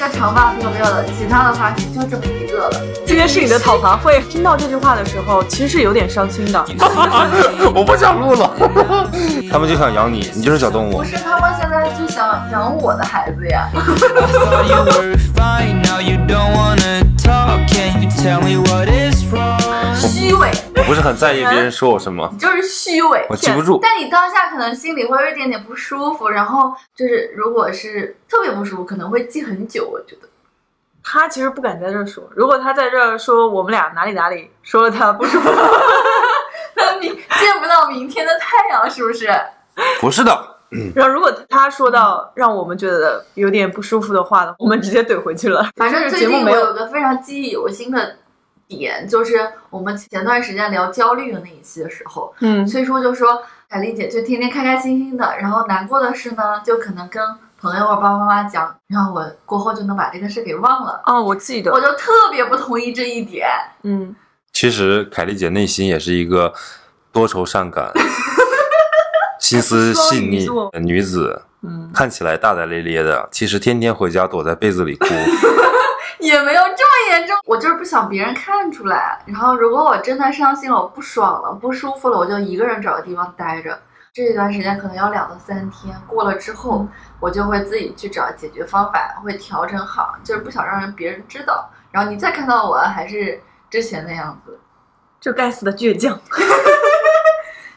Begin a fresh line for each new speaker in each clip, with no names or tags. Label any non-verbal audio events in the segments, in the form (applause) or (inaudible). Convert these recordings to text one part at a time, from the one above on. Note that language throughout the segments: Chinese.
个长发特别了，其他的发型就这么一个了。
这件事你的讨伐会听到这句话的时候，其实是有点伤心的。
(laughs) 我不想录了。他们就想养你，你就是小动物
不。是他们现在就想养我的孩子呀。
thought you were fine. Now you don't wanna talk. Can you tell me what is wrong?
虚伪，
我不是很在意别人说我
(laughs)
什么，
你就是虚伪。
我记不住。
但你当下可能心里会有一点点不舒服，然后就是如果是特别不舒服，可能会记很久。我觉得 (laughs)
他其实不敢在这儿说，如果他在这儿说我们俩哪里哪里说了他不舒服，
那你见不到明天的太阳，是不是？
不是的，
然后如果他说到让我们觉得有点不舒服的话，我们直接怼回去了。
反正
这个
最
节目
近我
没有
有个非常记忆犹新的点，就是我们前段时间聊焦虑的那一期的时候，
嗯，
崔叔就说凯丽姐就天天开开心心的，然后难过的事呢，就可能跟朋友或者爸爸妈妈讲，然后我过后就能把这个事给忘了。
哦，我记得
我，就特别不同意这一点，
嗯，
其实凯丽姐内心也是一个多愁善
(laughs)
感、心思细腻的女子。
嗯，
看起来大大咧咧的，其实天天回家躲在被子
(laughs)
里哭。
也没有这么严重。我就是不想别人看出来。然后，如果我真的伤心了，我不爽了，不舒服了，我就一个人找个地方待着。这一段时间可能要两到三天，过了之后，我就会自己去找解决方法，会调整好，就是不想让人别人知道。然后你再看到我，还是之前那样子。
这该死的倔强。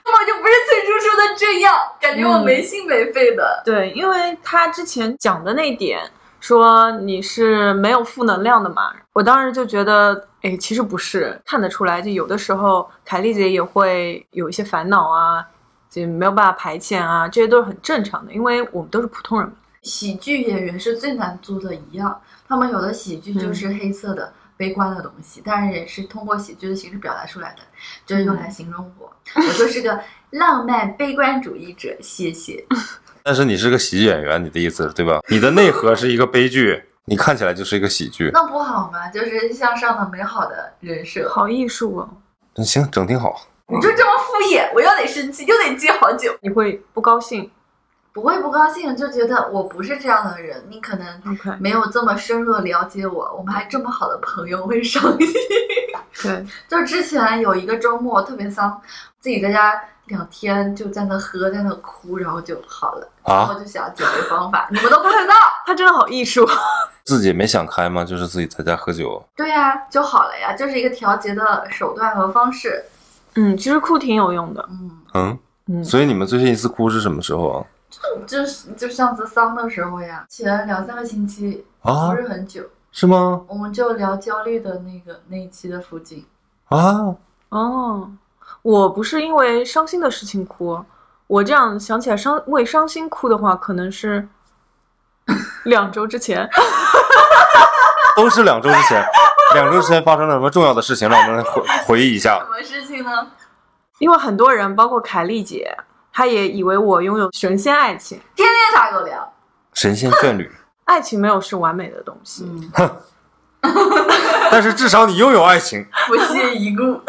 根本就不是崔叔说的这样，感觉我没心没肺的。
对，因为他之前讲的那点说你是没有负能量的嘛，我当时就觉得，哎，其实不是，看得出来，就有的时候凯丽姐也会有一些烦恼啊，就没有办法排遣啊，这些都是很正常的，因为我们都是普通人嘛。
喜剧演员是最难做的一样，他们有的喜剧就是黑色的、悲观的东西，但是也是通过喜剧的形式表达出来的，就是用来形容我，我就是个浪漫悲观主义者。谢谢，
但是你是个喜剧演员，你的意思是对吧？你的内核是一个悲剧，你看起来就是一个喜剧。
那不好吗？就是向上的美好的人设，
好艺术哦，
嗯行，整挺好。
你就这么敷衍，我又得生气，又得记好久。
你会不高兴
不会不高兴，就觉得我不是这样的人，你可能
？OK，
没有这么深入的了解我，我们还这么好的朋友，会伤心。
对，
(laughs) 就是之前有一个周末特别丧，自己在家两天就在那喝，在那哭，然后就好了。然后
啊，
就想解决方法，你们都不知道。 (laughs)
他真的好艺术。
自己没想开吗？就是自己在家喝酒，
对呀、就好了呀，就是一个调节的手段和方式。
嗯，其实哭挺有用的。
嗯，
嗯，
嗯，
所以你们最近一次哭是什么时候啊？
就是就上次丧的时候呀，前两三个星期，
啊
不是很久，
是吗？
我们就聊焦虑的那个那一期的附近。
啊，
哦，我不是因为伤心的事情哭，我这样想起来伤为伤心哭的话，可能是两周之前。
都是两周之前，两周之前发生了什么重要的事情，让我们回回忆一
什
下。
么事情呢？
因为很多人，包括凯丽姐，她也以为我拥有神仙爱情。
天天撒狗粮。
神仙眷侣，
爱情没有是完美的东西，
嗯，
但是至少你拥有爱情。
不屑一顾。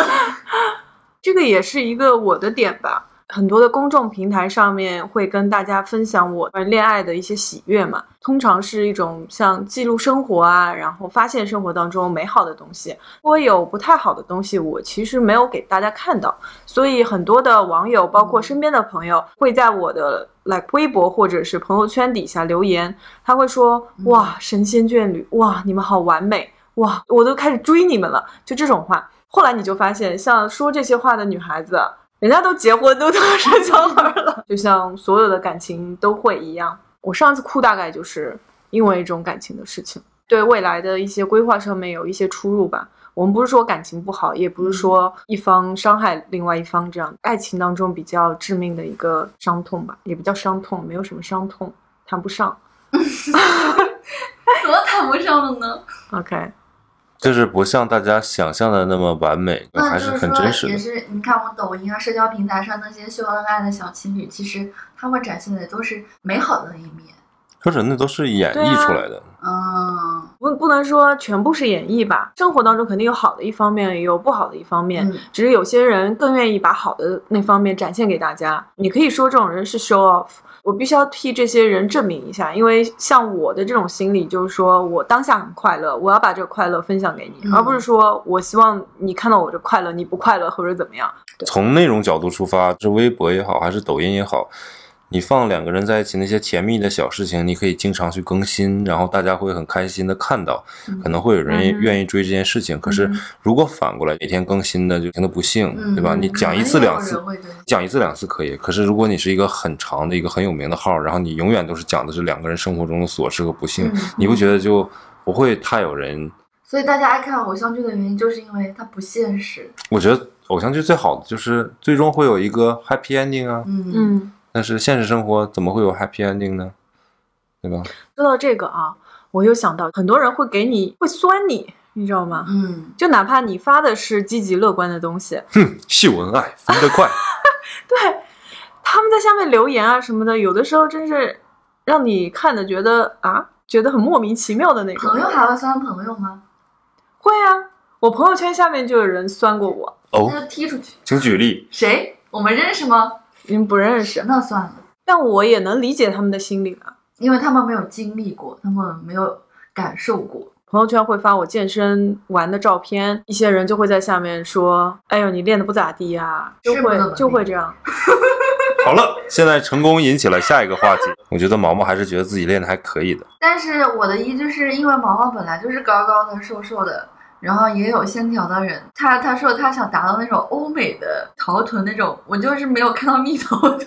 (laughs)
这个也是一个我的点吧。很多的公众平台上面会跟大家分享我恋爱的一些喜悦嘛，通常是一种像记录生活啊，然后发现生活当中美好的东西。我有不太好的东西，我其实没有给大家看到，所以很多的网友，包括身边的朋友，会在我的 like 微博或者是朋友圈底下留言，他会说：“
嗯
哇，神仙眷侣，哇，你们好完美，哇，我都开始追你们了。”就这种话。后来你就发现，像说这些话的女孩子，人家都结婚，都当生小孩了，就像所有的感情都会一样。我上次哭大概就是因为一种感情的事情，对未来的一些规划上面有一些出入吧。我们不是说感情不好，也不是说一方伤害另外一方这样，爱情当中比较致命的一个伤痛吧，也不叫伤痛，没有什么伤痛，谈不上。
怎么谈不上了呢？
OK，
就是不像大家想象的那么完美，
那
还
呃就是是
很
说，
真实
也
的。
是你看我抖音啊、社交平台上那些秀恩爱的小情侣，其实他们展现的都是美好的那一面。
或者那都是演
对
绎
啊
出来的，
嗯，
不不能说全部是演绎吧，生活当中肯定有好的一方面，也有不好的一方面，
嗯
只是有些人更愿意把好的那方面展现给大家。你可以说这种人是 show off，我必须要替这些人证明一下，因为像我的这种心理就是说我当下很快乐，我要把这个快乐分享给你，
嗯
而不是说我希望你看到我的快乐，你不快乐或者怎么样。
从内容角度出发，是微博也好，还是抖音也好，你放两个人在一起那些甜蜜的小事情，你可以经常去更新，然后大家会很开心的看到，可能会有人
嗯
愿意追这件事情。可是
嗯
如果反过来，每天更新的就真的不幸，
嗯
对吧？你讲一次
可能
两
有
次
人。会这样
讲一次两次可以，可是如果你是一个很长的一个很有名的号，然后你永远都是讲的是两个人生活中的琐事和不幸，
嗯
你不觉得就不会太有人
所以大家爱看偶像剧的原因，就是因为它不现实。
我觉得偶像剧最好的就是最终会有一个 happy ending 啊，
嗯
嗯，
但是现实生活怎么会有 happy ending 呢？对吧？
说到这个啊，我又想到很多人会给你会酸你，你知道吗？
嗯，
就哪怕你发的是积极乐观的东西，
秀恩爱分得 (laughs) 快，
他们在下面留言啊什么的，有的时候真是让你看的觉得啊，觉得很莫名其妙的那种。
朋友还会酸朋友吗？
会啊，我朋友圈下面就有人酸过我，
哦
那就踢出去。
请举例。
谁？我们认识吗？
你们不认识，
那算了，
但我也能理解他们的心理啊。
因为他们没有经历过，他们没有感受过。
朋友圈会发我健身玩的照片，一些人就会在下面说：“哎呦，你练的不咋地呀、就是
不怎么
会
地
就会这样。
好了，现在成功引起了下一个话题。我觉得毛毛还是觉得自己练的还可以的。
但是我的依据是因为毛毛本来就是高高的、瘦瘦的，然后也有线条的人。他他说他想达到那种欧美的桃臀那种，我就是没有看到蜜桃臀。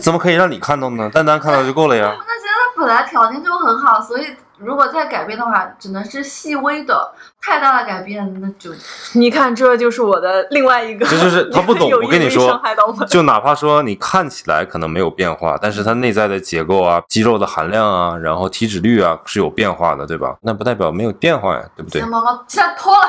怎么可以让你看到呢？丹丹看到就够了呀。
那现在本来条件就很好，所以如果再改变的话，只能是细微的，太大的改变那就
你看，这就是我的另外一个，
这就是他不
(laughs)
懂
有意
我跟你
为
说
伤害到我
(laughs) 就哪怕说你看起来可能没有变化，但是它内在的结构啊、肌肉的含量啊、然后体脂率啊是有变化的，对吧？那不代表没有变化呀，对不对
行。？毛毛现在脱了，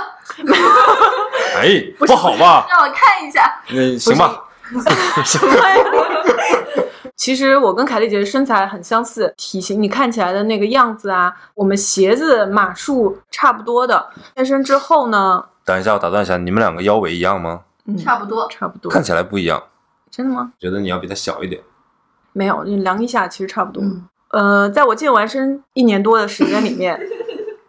哎，不好吧？
让我看一下。
那行吧， (laughs)
(laughs) 其实我跟凯丽姐的身材很相似，体型你看起来的那个样子啊，我们鞋子码数差不多的。健身之后呢，
等一下，我打断一下，你们两个腰围一样吗？
嗯，
差不多，
差不多
看，起来不一样，
真的吗？
觉得你要比他小一点。
没有，你量一下，其实差不多。
嗯，
呃，在我健完身一年多的时间
(laughs)
里面，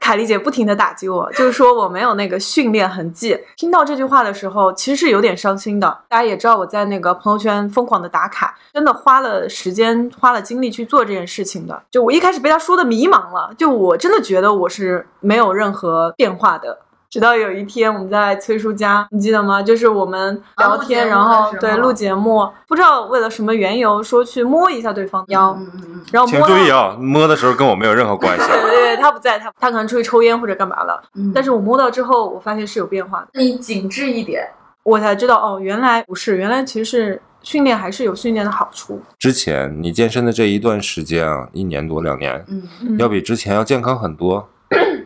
凯丽姐不停的打击我，就是说我没有那个训练痕迹。听到这句话的时候，其实是有点伤心的。大家也知道我在那个朋友圈疯狂的打卡，真的花了时间、花了精力去做这件事情的。就我一开始被她说的迷茫了，就我真的觉得我是没有任何变化的。直到有一天我们在崔叔家，你记得吗？就是我们
啊
聊
录节
天，
目
然
的
后
时
对
候
录节目，不知道为了什么缘由说去摸一下对方的腰，
嗯嗯嗯，
然后
请
摸
注
到
意啊，摸的时候跟我没有任何关系。啊
对对对，他不在，他他可能出去抽烟或者干嘛了。
嗯
但是我摸到之后，我发现是有变化的，
你紧致一点，
我才知道哦，原来不是，原来其实是训练还是有训练的好处。
之前你健身的这一段时间啊，一年多两年，
嗯，
嗯
要比之前要健康很多。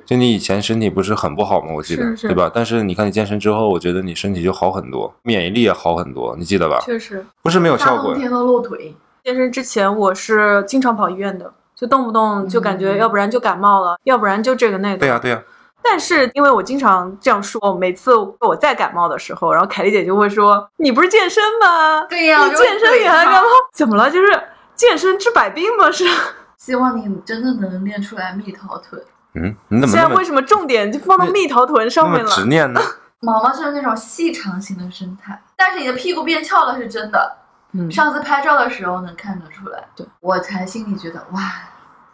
就你以前身体不是很不好吗？我记得，
是是
对吧？但是你看你健身之后，我觉得你身体就好很多，免疫力也好很多，你记得吧？
确实，
不是没有
大
效
冬
果，
天都露腿，
健身之前我是经常跑医院的，就动不动就感觉
嗯
要不然就感冒了，要不然就这个那个。
对呀、对呀、
但是因为我经常这样说，每次我在感冒的时候，然后凯丽姐就会说：“你不是健身吗？
对呀
你健身也还干嘛？ (laughs) 怎么了？就是健身治百病吗？是。”
希望你真的能练出来蜜桃臀。
嗯，你怎么
现在
那
为
么
什么重点就放到蜜桃臀
那
上
么
面
执
了？
念呢？
毛毛就是那种细长型的身材，但是你的屁股变翘了是真的。
嗯
上次拍照的时候能看得出来，
对
我才心里觉得哇，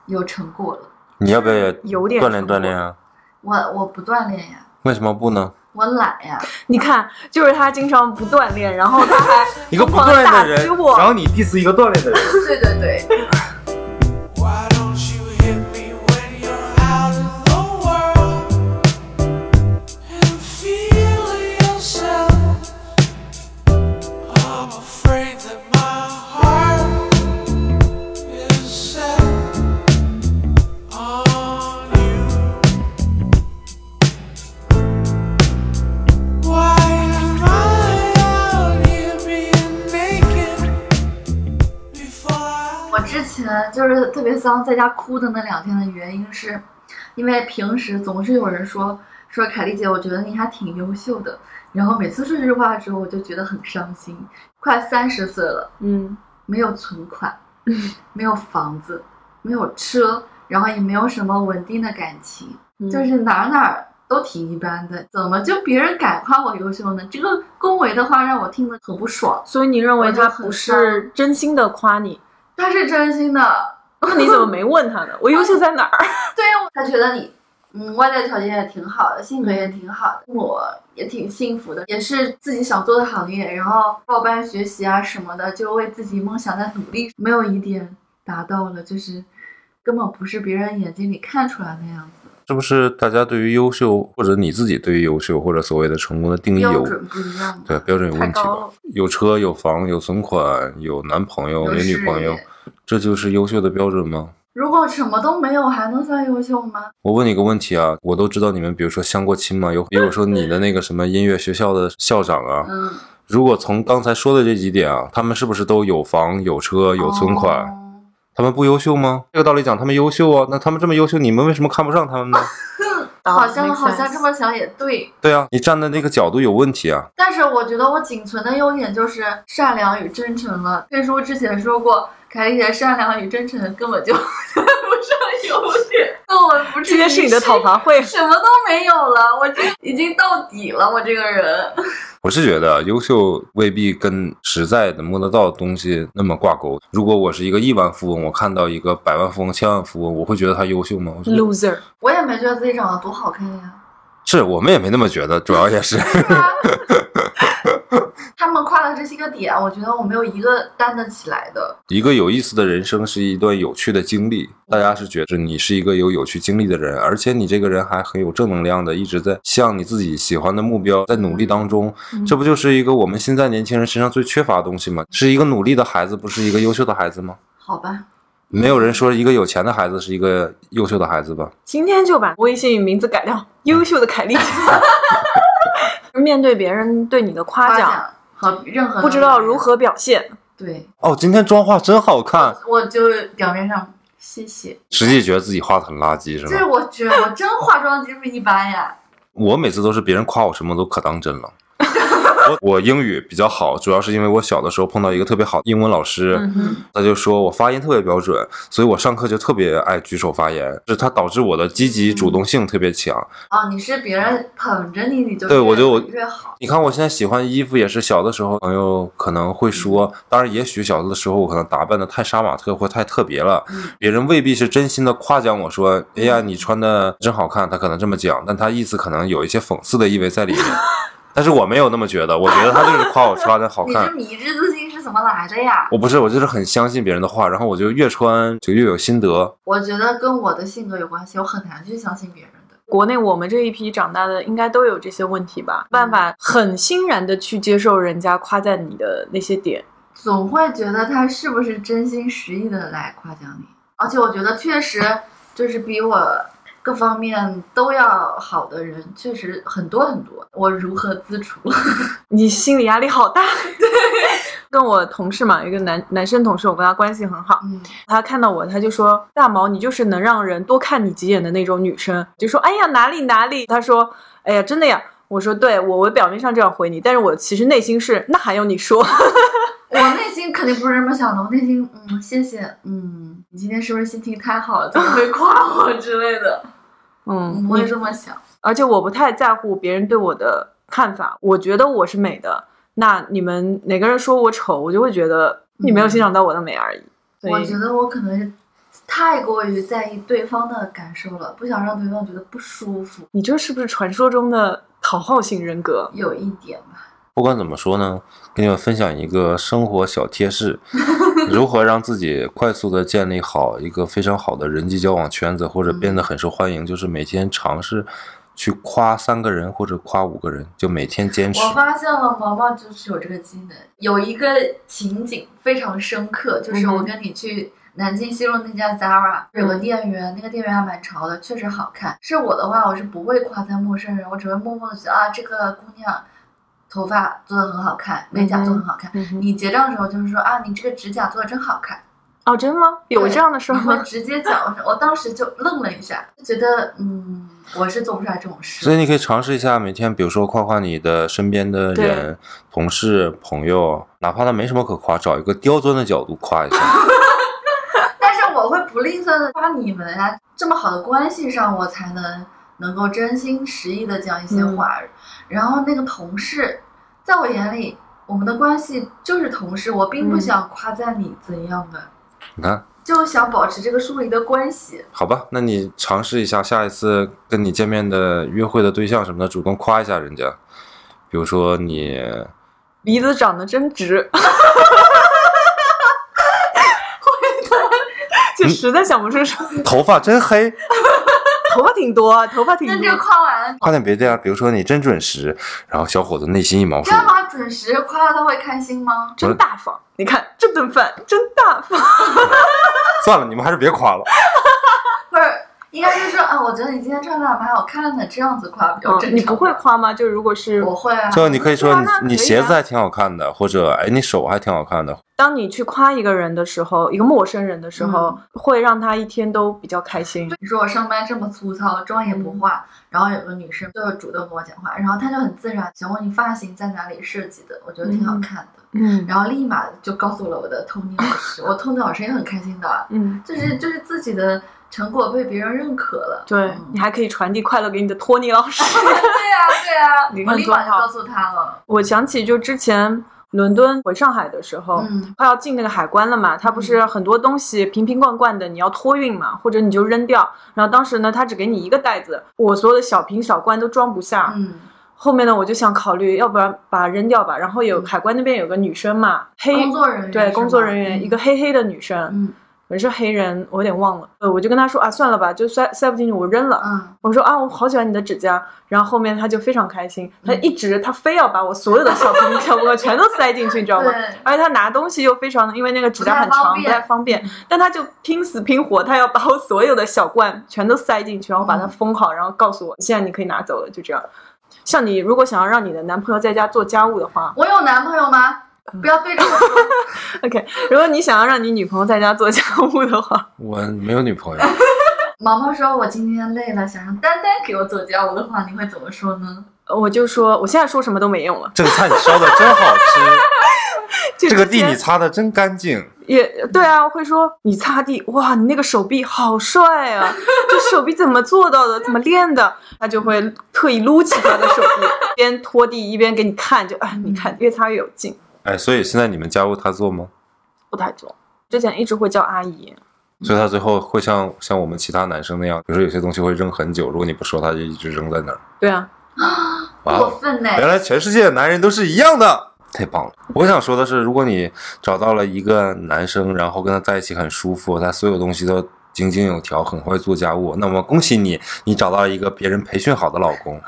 有成果了。
你要不要也
有点
锻炼
成果
锻炼啊？
我我不锻炼呀，
为什么不呢？
我懒呀， (laughs)
你看，就是他经常不锻炼，然后他还
(laughs) 一个
疯
不
狂
锻
地
炼
打
的
击
人，
我。
然后你 diss 一个锻炼的人，
(laughs) 对对对。
Why don't you hit me when you're out in the world and feeling yourself? I'm afraid that my heart is set on you. Why am I out here being naked before I?
我之前就是特别丧，在家哭的那两天的原因是，因为平时总是有人说说凯丽姐，我觉得你还挺优秀的。然后每次说这句话之后，我就觉得很伤心。快三十岁了，
嗯，
没有存款， (laughs) 没有房子，没有车，然后也没有什么稳定的感情，
嗯
就是哪儿哪儿都挺一般的。怎么就别人敢夸我优秀呢？这个恭维的话让我听得很不爽。
所以你认为他不
我就很
是真心的夸你？ (laughs)
他是真心的，
那你怎么没问他呢？我优秀在哪
(laughs)
儿？
对呀，他觉得你，嗯，外在条件也挺好的，性格也挺好的，我也挺幸福的，也是自己想做的行业，然后报班学习啊什么的，就为自己梦想在努力，没有一点达到了，就是根本不是别人眼睛里看出来的样子，
是不是大家对于优秀，或者你自己对于优秀或者所谓的成功的定义
标
有
准不一样
对
嘛。
标准有问题
太高
吧
了？
有车有房有存款有男朋友有
有
女
事
朋友
业，
这就是优秀的标准吗？
如果什么都没有，还能算优秀吗？
我问你个问题啊，我都知道你们，比如说相过亲嘛，有比如说你的那个什么音乐学校的校长啊，
嗯，
如果从刚才说的这几点啊，他们是不是都有房有车有存款？
哦
他们不优秀吗？这个道理讲，他们优秀啊，那他们这么优秀，你们为什么看不上他们
(laughs)
呢？
好像
makes
好像
sense
这么想也对，
对啊，你站的那个角度有问题啊。
但是我觉得我仅存的优点就是善良与真诚了。退叔之前说过，凯丽姐善良与真诚根本就 (laughs) 不是优点，那我不
这
至于
些是你的讨伐会。
什么都没有了，我这已经到底了，我这个人。
我是觉得优秀未必跟实在的摸得到的东西那么挂钩。如果我是一个亿万富翁，我看到一个百万富翁、千万富翁，我会觉得他优秀吗？我觉
嗯
得
loser，
我也没觉得自己长得多好看呀，
是我们也没那么觉得，主要也是
是吧？他们夸的这些个点，我觉得我没有一个担得起来的。
一个有意思的人生是一段有趣的经历。大家是觉得你是一个有有趣经历的人，而且你这个人还很有正能量的，一直在向你自己喜欢的目标在努力当中。这不就是一个我们现在年轻人身上最缺乏的东西吗？是一个努力的孩子，不是一个优秀的孩子吗？
好吧，
没有人说一个有钱的孩子是一个优秀的孩子吧？
今天就把微信名字改掉，优秀
(laughs)
的凯丽。面对别人对你的夸
夸
奖，
奖嗯和任何的
不知道
人
如何表现，
对，
哦，今天妆化真好看，
我就表面上谢谢。
实际觉得自己化的很垃圾是
就是
吧？
我觉得我真化妆技术一般呀，
我每次都是别人夸我什么都可当真了。 (laughs) 我我英语比较好，主要是因为我小的时候碰到一个特别好的英文老师，
嗯哼，
他就说我发音特别标准，所以我上课就特别爱举手发言，是他导致我的积极主动性特别强。
哦，你是别人捧着你，你就
嗯对
越
我就我
越好。
你看我现在喜欢衣服也是小的时候朋友可能会说，当然也许小的时候我可能打扮的太杀马特或太特别了，
嗯
别人未必是真心的夸奖我说，哎呀你穿的真好看，他可能这么讲，但他意思可能有一些讽刺的意味在里面。
(laughs)
但是我没有那么觉得，我觉得他就是夸我穿的好
(laughs) 你这
看。
迷之自信是怎么来的呀？
我不是，我就是很相信别人的话，然后我就越穿就越有心得。
我觉得跟我的性格有关系，我很难去相信别人的。
国内我们这一批长大的应该都有这些问题吧？办法很欣然的去接受人家夸赞你的那些点，
总会觉得他是不是真心实意的来夸奖你。而且我觉得确实就是比我各方面都要好的人，确实很多很多。我如何自处？
你心理压力好大。 (laughs) 跟我同事嘛，有一个男男生同事，我跟他关系很好，
嗯，
他看到我，他就说：“大毛，你就是能让人多看你几眼的那种女生。”就说：“哎呀，哪里哪里。”他说：“哎呀，真的呀。”我说：“对，我我表面上这样回你，但是我其实内心是那还用你说？
我内心肯定不是这么想的，我内心嗯，谢谢，嗯，你今天是不是心情太好了，怎么会夸我之类的？
嗯
嗯，我也这么想。
而且我不太在乎别人对我的看法，我觉得我是美的。那你们哪个人说我丑，我就会觉得
嗯
你没有欣赏到我的美而已。所以
我觉得我可能是太过于在意对方的感受了，不想让对方觉得不舒服，
你这是不是传说中的讨好型人格？
有一点吧。
不管怎么说呢，给你们分享一个生活小贴士， (laughs) 如何让自己快速的建立好一个非常好的人际交往圈子，或者变得很受欢迎，就是每天尝试去夸三个人或者夸五个人，就每天坚持。
我发现了毛毛就是有这个技能，有一个情景非常深刻，就是我
嗯
跟你去。南京西路那家 Zara 有个店员，那个店员还蛮潮的，确实好看。是我的话，我是不会夸赞陌生人，我只会默默的觉得啊，这个姑娘头发做的很好看，美甲做的很好看。
嗯哼
你结账的时候就是说啊，你这个指甲做的真好看，
哦，真吗？有这样的事儿
你们
吗？
直接讲，我当时就愣了一下，就觉得嗯，我是做不出来这种事。
所以你可以尝试一下，每天比如说夸夸你的身边的人、同事、朋友，哪怕他没什么可夸，找一个刁钻的角度夸一下。
但是我会不吝啬的夸你们啊，这么好的关系上，我才能能够真心实意的讲一些话。
嗯
然后那个同事，在我眼里，我们的关系就是同事，我并不
嗯
想夸赞你怎样的，
你看，
就想保持这个疏离的关系。
好吧，那你尝试一下，下一次跟你见面的约会的对象什么的，主动夸一下人家，比如说你
鼻子长得真直。 (laughs) 就实在想不出什么，
头发真黑，
头发挺多，啊头发挺
那这个
多，
夸完，
快点别这样，比如说你真准时，然后小伙子内心一毛
这
竖，
样吗？准时夸了他会开心吗？
真大方。你看这顿饭真大方，
算了，你们还是别夸了。
或者应该就是说啊，我觉得你今天穿的还蛮好看的，这样子夸比较正常、
嗯你不会？夸吗？就如果是
我会啊。
就你可以说
对啊
你、
那可以啊
你鞋子还挺好看的，或者哎你手还挺好看的，
当你去夸一个人的时候，一个陌生人的时候，
嗯
会让他一天都比较开心。
你说我上班这么粗糙，妆也不
嗯
化，然后有个女生就主动跟我讲话，然后她就很自然想问你发型在哪里设计的，我觉得挺好看的，
嗯
然后立马就告诉了我的 Tony 老师，我 Tony 老师也很开心的，
嗯，
就是就是自己的成果被别人认可了，
对、
嗯
你还可以传递快乐给你的托尼老师。 (laughs)
对呀、对呀、
你
我
看
立
多
马就
好
告诉他了，
我想起就之前伦敦回上海的时候。
嗯
快要进那个海关了嘛，它不是很多东西瓶瓶罐罐的，你要托运嘛，或者你就扔掉。然后当时呢，他只给你一个袋子，我所有的小瓶小罐都装不下。
嗯，
后面呢，我就想考虑，要不然把它扔掉吧。然后有
嗯
海关那边有个女生嘛，黑
工作人员
对
是
工作
吗
人员，一
嗯
个黑黑的女生，
嗯
可能是黑人，我有点忘了。呃，我就跟他说啊，算了吧，就塞塞不进去，我扔了。
嗯，
我说啊，我好喜欢你的指甲。然后后面他就非常开心，
嗯
他一直他非要把我所有的小瓶 (laughs) 小罐全都塞进去，你知道吗？
对。
而且他拿东西又非常，因为那个指甲很长，
不太方便嗯
不太方便，但他就拼死拼活，他要把我所有的小罐全都塞进去，然后
嗯
把它封好，然后告诉我现在你可以拿走了，就这样。像你如果想要让你的男朋友在家做家务的话，
我有男朋友吗？
嗯
不要对着我说，
OK，如果你想要让你女朋友在家做家务的话，
我没有女朋友，
毛毛说：“我今天累了，想让丹丹给我做家务的话，你会怎么说呢
呃我就说我现在说什么都没用了。
这个菜你烧的真好吃，
就
这个
之
地
前
你擦的真干净。
也对啊，我会说你擦地，哇，你那个手臂好帅啊！这手臂怎么做到的？怎么练的？他就会特意撸起他的手臂，边拖地一边给你看，就哎，你看越擦越有劲。
哎，所以现在你们家务他做吗？
不太做，之前一直会叫阿姨，
所以他最后会像像我们其他男生那样，比如说有些东西会扔很久，如果你不说，他就一直扔在那儿。
对啊，？”
哇
过
哦，
分呢、
原来全世界的男人都是一样的，太棒了！我想说的是，如果你找到了一个男生，然后跟他在一起很舒服，他所有东西都井井有条，很会做家务，那么恭喜你，你找到一个别人培训好的老公。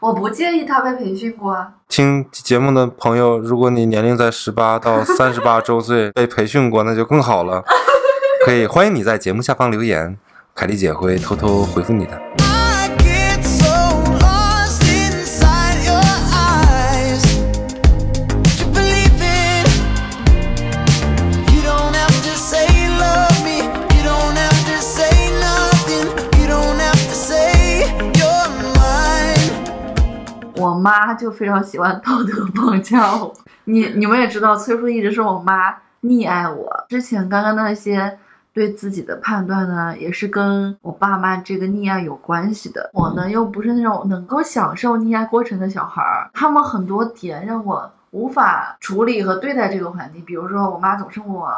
我不介意他被培训过啊。
听节目的朋友，如果你年龄在十八到三十八周岁，被培训过，那就更好了。可以欢迎你在节目下方留言，凯丽姐会偷偷回复你的。
I get so lost inside your eyes. You believe it. You don't have to say love me. You don't have to say nothing. You don't have to say you're mine.
我妈就非常喜欢道德绑架我。 (laughs) 你你们也知道，崔叔一直是我妈溺爱我。之前刚刚那些对自己的判断呢，也是跟我爸妈这个溺爱有关系的。我呢又不是那种能够享受溺爱过程的小孩儿，他们很多点让我无法处理和对待这个环境。比如说，我妈总是问我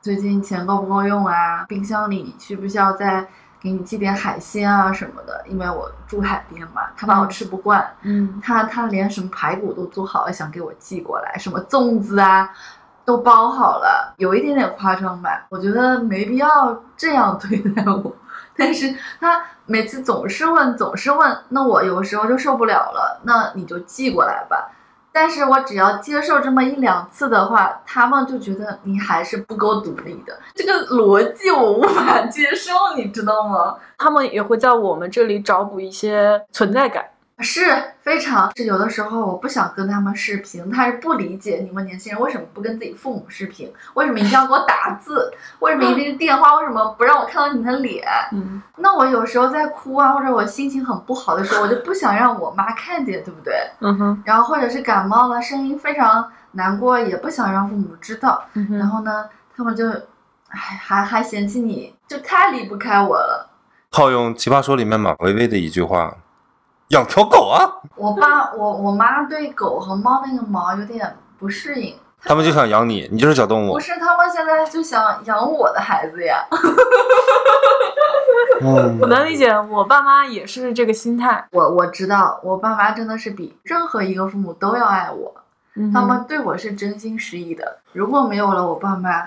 最近钱够不够用啊，冰箱里需不需要再给你寄点海鲜啊什么的，因为我住海边嘛，她怕我吃不惯。
嗯，
他他连什么排骨都做好了，想给我寄过来，什么粽子啊都包好了，有一点点夸张吧，我觉得没必要这样对待我。 (laughs) 但是他每次总是问，总是问，那我有时候就受不了了，那你就寄过来吧。但是我只要接受这么一两次的话，他们就觉得你还是不够独立的，这个逻辑我无法接受，你知道吗？
他们也会在我们这里找补一些存在感。
是非常是有的时候我不想跟他们视频，他是不理解你们年轻人为什么不跟自己父母视频，为什么一定要给我打字，为什么一定是电话，为什么不让我看到你的脸？
嗯，
那我有时候在哭啊，或者我心情很不好的时候，我就不想让我妈看见，对不对？
嗯哼，
然后或者是感冒了，声音非常难过，也不想让父母知道。
嗯
然
哼，
后呢，他们就，哎，还还嫌弃你，就太离不开我了。
套用《奇葩说》里面马薇薇的一句话：“养条狗啊，
我爸我我妈对狗和猫那个毛有点不适应，
他们就想养你，你就是小动物
不。是他们现在就想养我的孩子呀。
嗯
我能理解，我爸妈也是这个心态。
(laughs) 我我知道，我爸妈真的是比任何一个父母都要爱我，
嗯哼
他们对我是真心实意的。如果没有了我爸妈，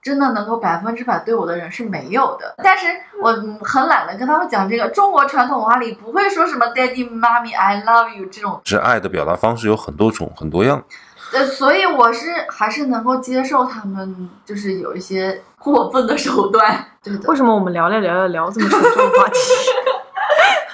真的能够百分之百对我的人是没有的。但是我嗯很懒得跟他们讲这个，中国传统文化里不会说什么 “daddy、mommy、I love you” 这种
是爱的表达方式有很多种、很多样。
呃，所以我是还是能够接受他们就是有一些过分的手段， (laughs) 对的
为。什么我们聊聊聊聊聊这么沉重的话题？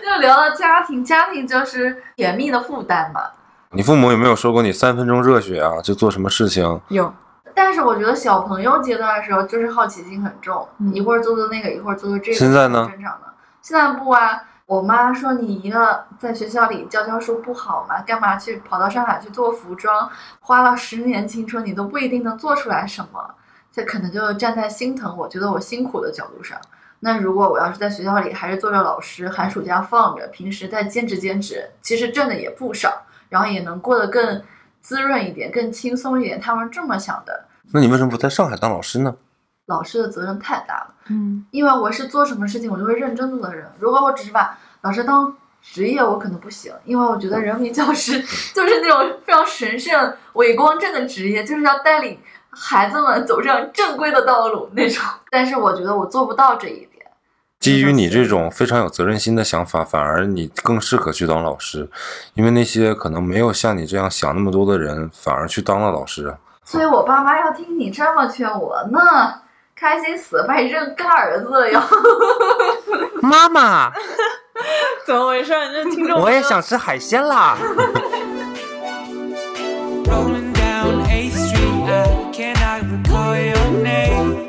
就聊到家庭，家庭就是甜蜜的负担嘛。
你父母有没有说过你三分钟热血啊？就做什么事情？
(laughs) 有，
但是我觉得小朋友阶段的时候，就是好奇心很重，
嗯
一会儿做做那个，一会儿做做这个，
现在呢
很正常的。现在不啊，我妈说你一个在学校里教教书不好吗？干嘛去跑到上海去做服装？花了十年青春，你都不一定能做出来什么。这可能就站在心疼我觉得我辛苦的角度上。那如果我要是在学校里还是做着老师，寒暑假放着，平时再兼职兼职，其实挣的也不少，然后也能过得更滋润一点，更轻松一点。他们这么想的，
那你为什么不在上海当老师呢？
老师的责任太大了，
嗯
因为我是做什么事情我就会认真做的人。如果我只是把老师当职业，我可能不行，因为我觉得人民教师 (laughs) 就是那种非常神圣、伟光正的职业，就是要带领孩子们走上正规的道路那种。但是我觉得我做不到这一点。
基于你这种非常有责任心的想法，反而你更适合去当老师，因为那些可能没有像你这样想那么多的人，反而去当了老师。
所以我爸妈要听你这么劝我，那开心死了，把你认干儿子哟。
妈妈，
怎么回事？你这听众，
吃海鲜啦！
Rolling down 8th Street, I cannot recall your name.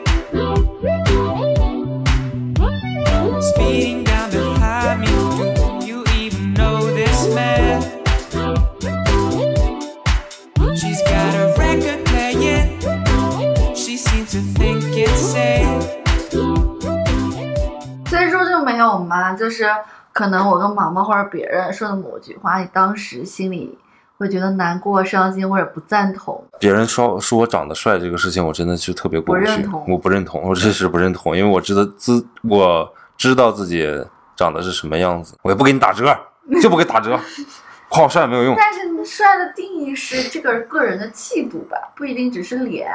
Speeding down behind me, do you even know this man? She's got a record playing, she seems to think it's safe.
所以说就没有嘛，就是可能我跟毛毛或者别人说的某句话，你当时心里会觉得难过、伤心或者不赞同。
别人说说我长得帅这个事情，我真的是特别过不
不认
去
同，
我不认同，我真是不认同，因为我知道自我知道自己长得是什么样子，我也不给你打折，就不给打折，夸我帅也没有用。
但是帅的定义是这个个人的气度吧，不一定只是脸。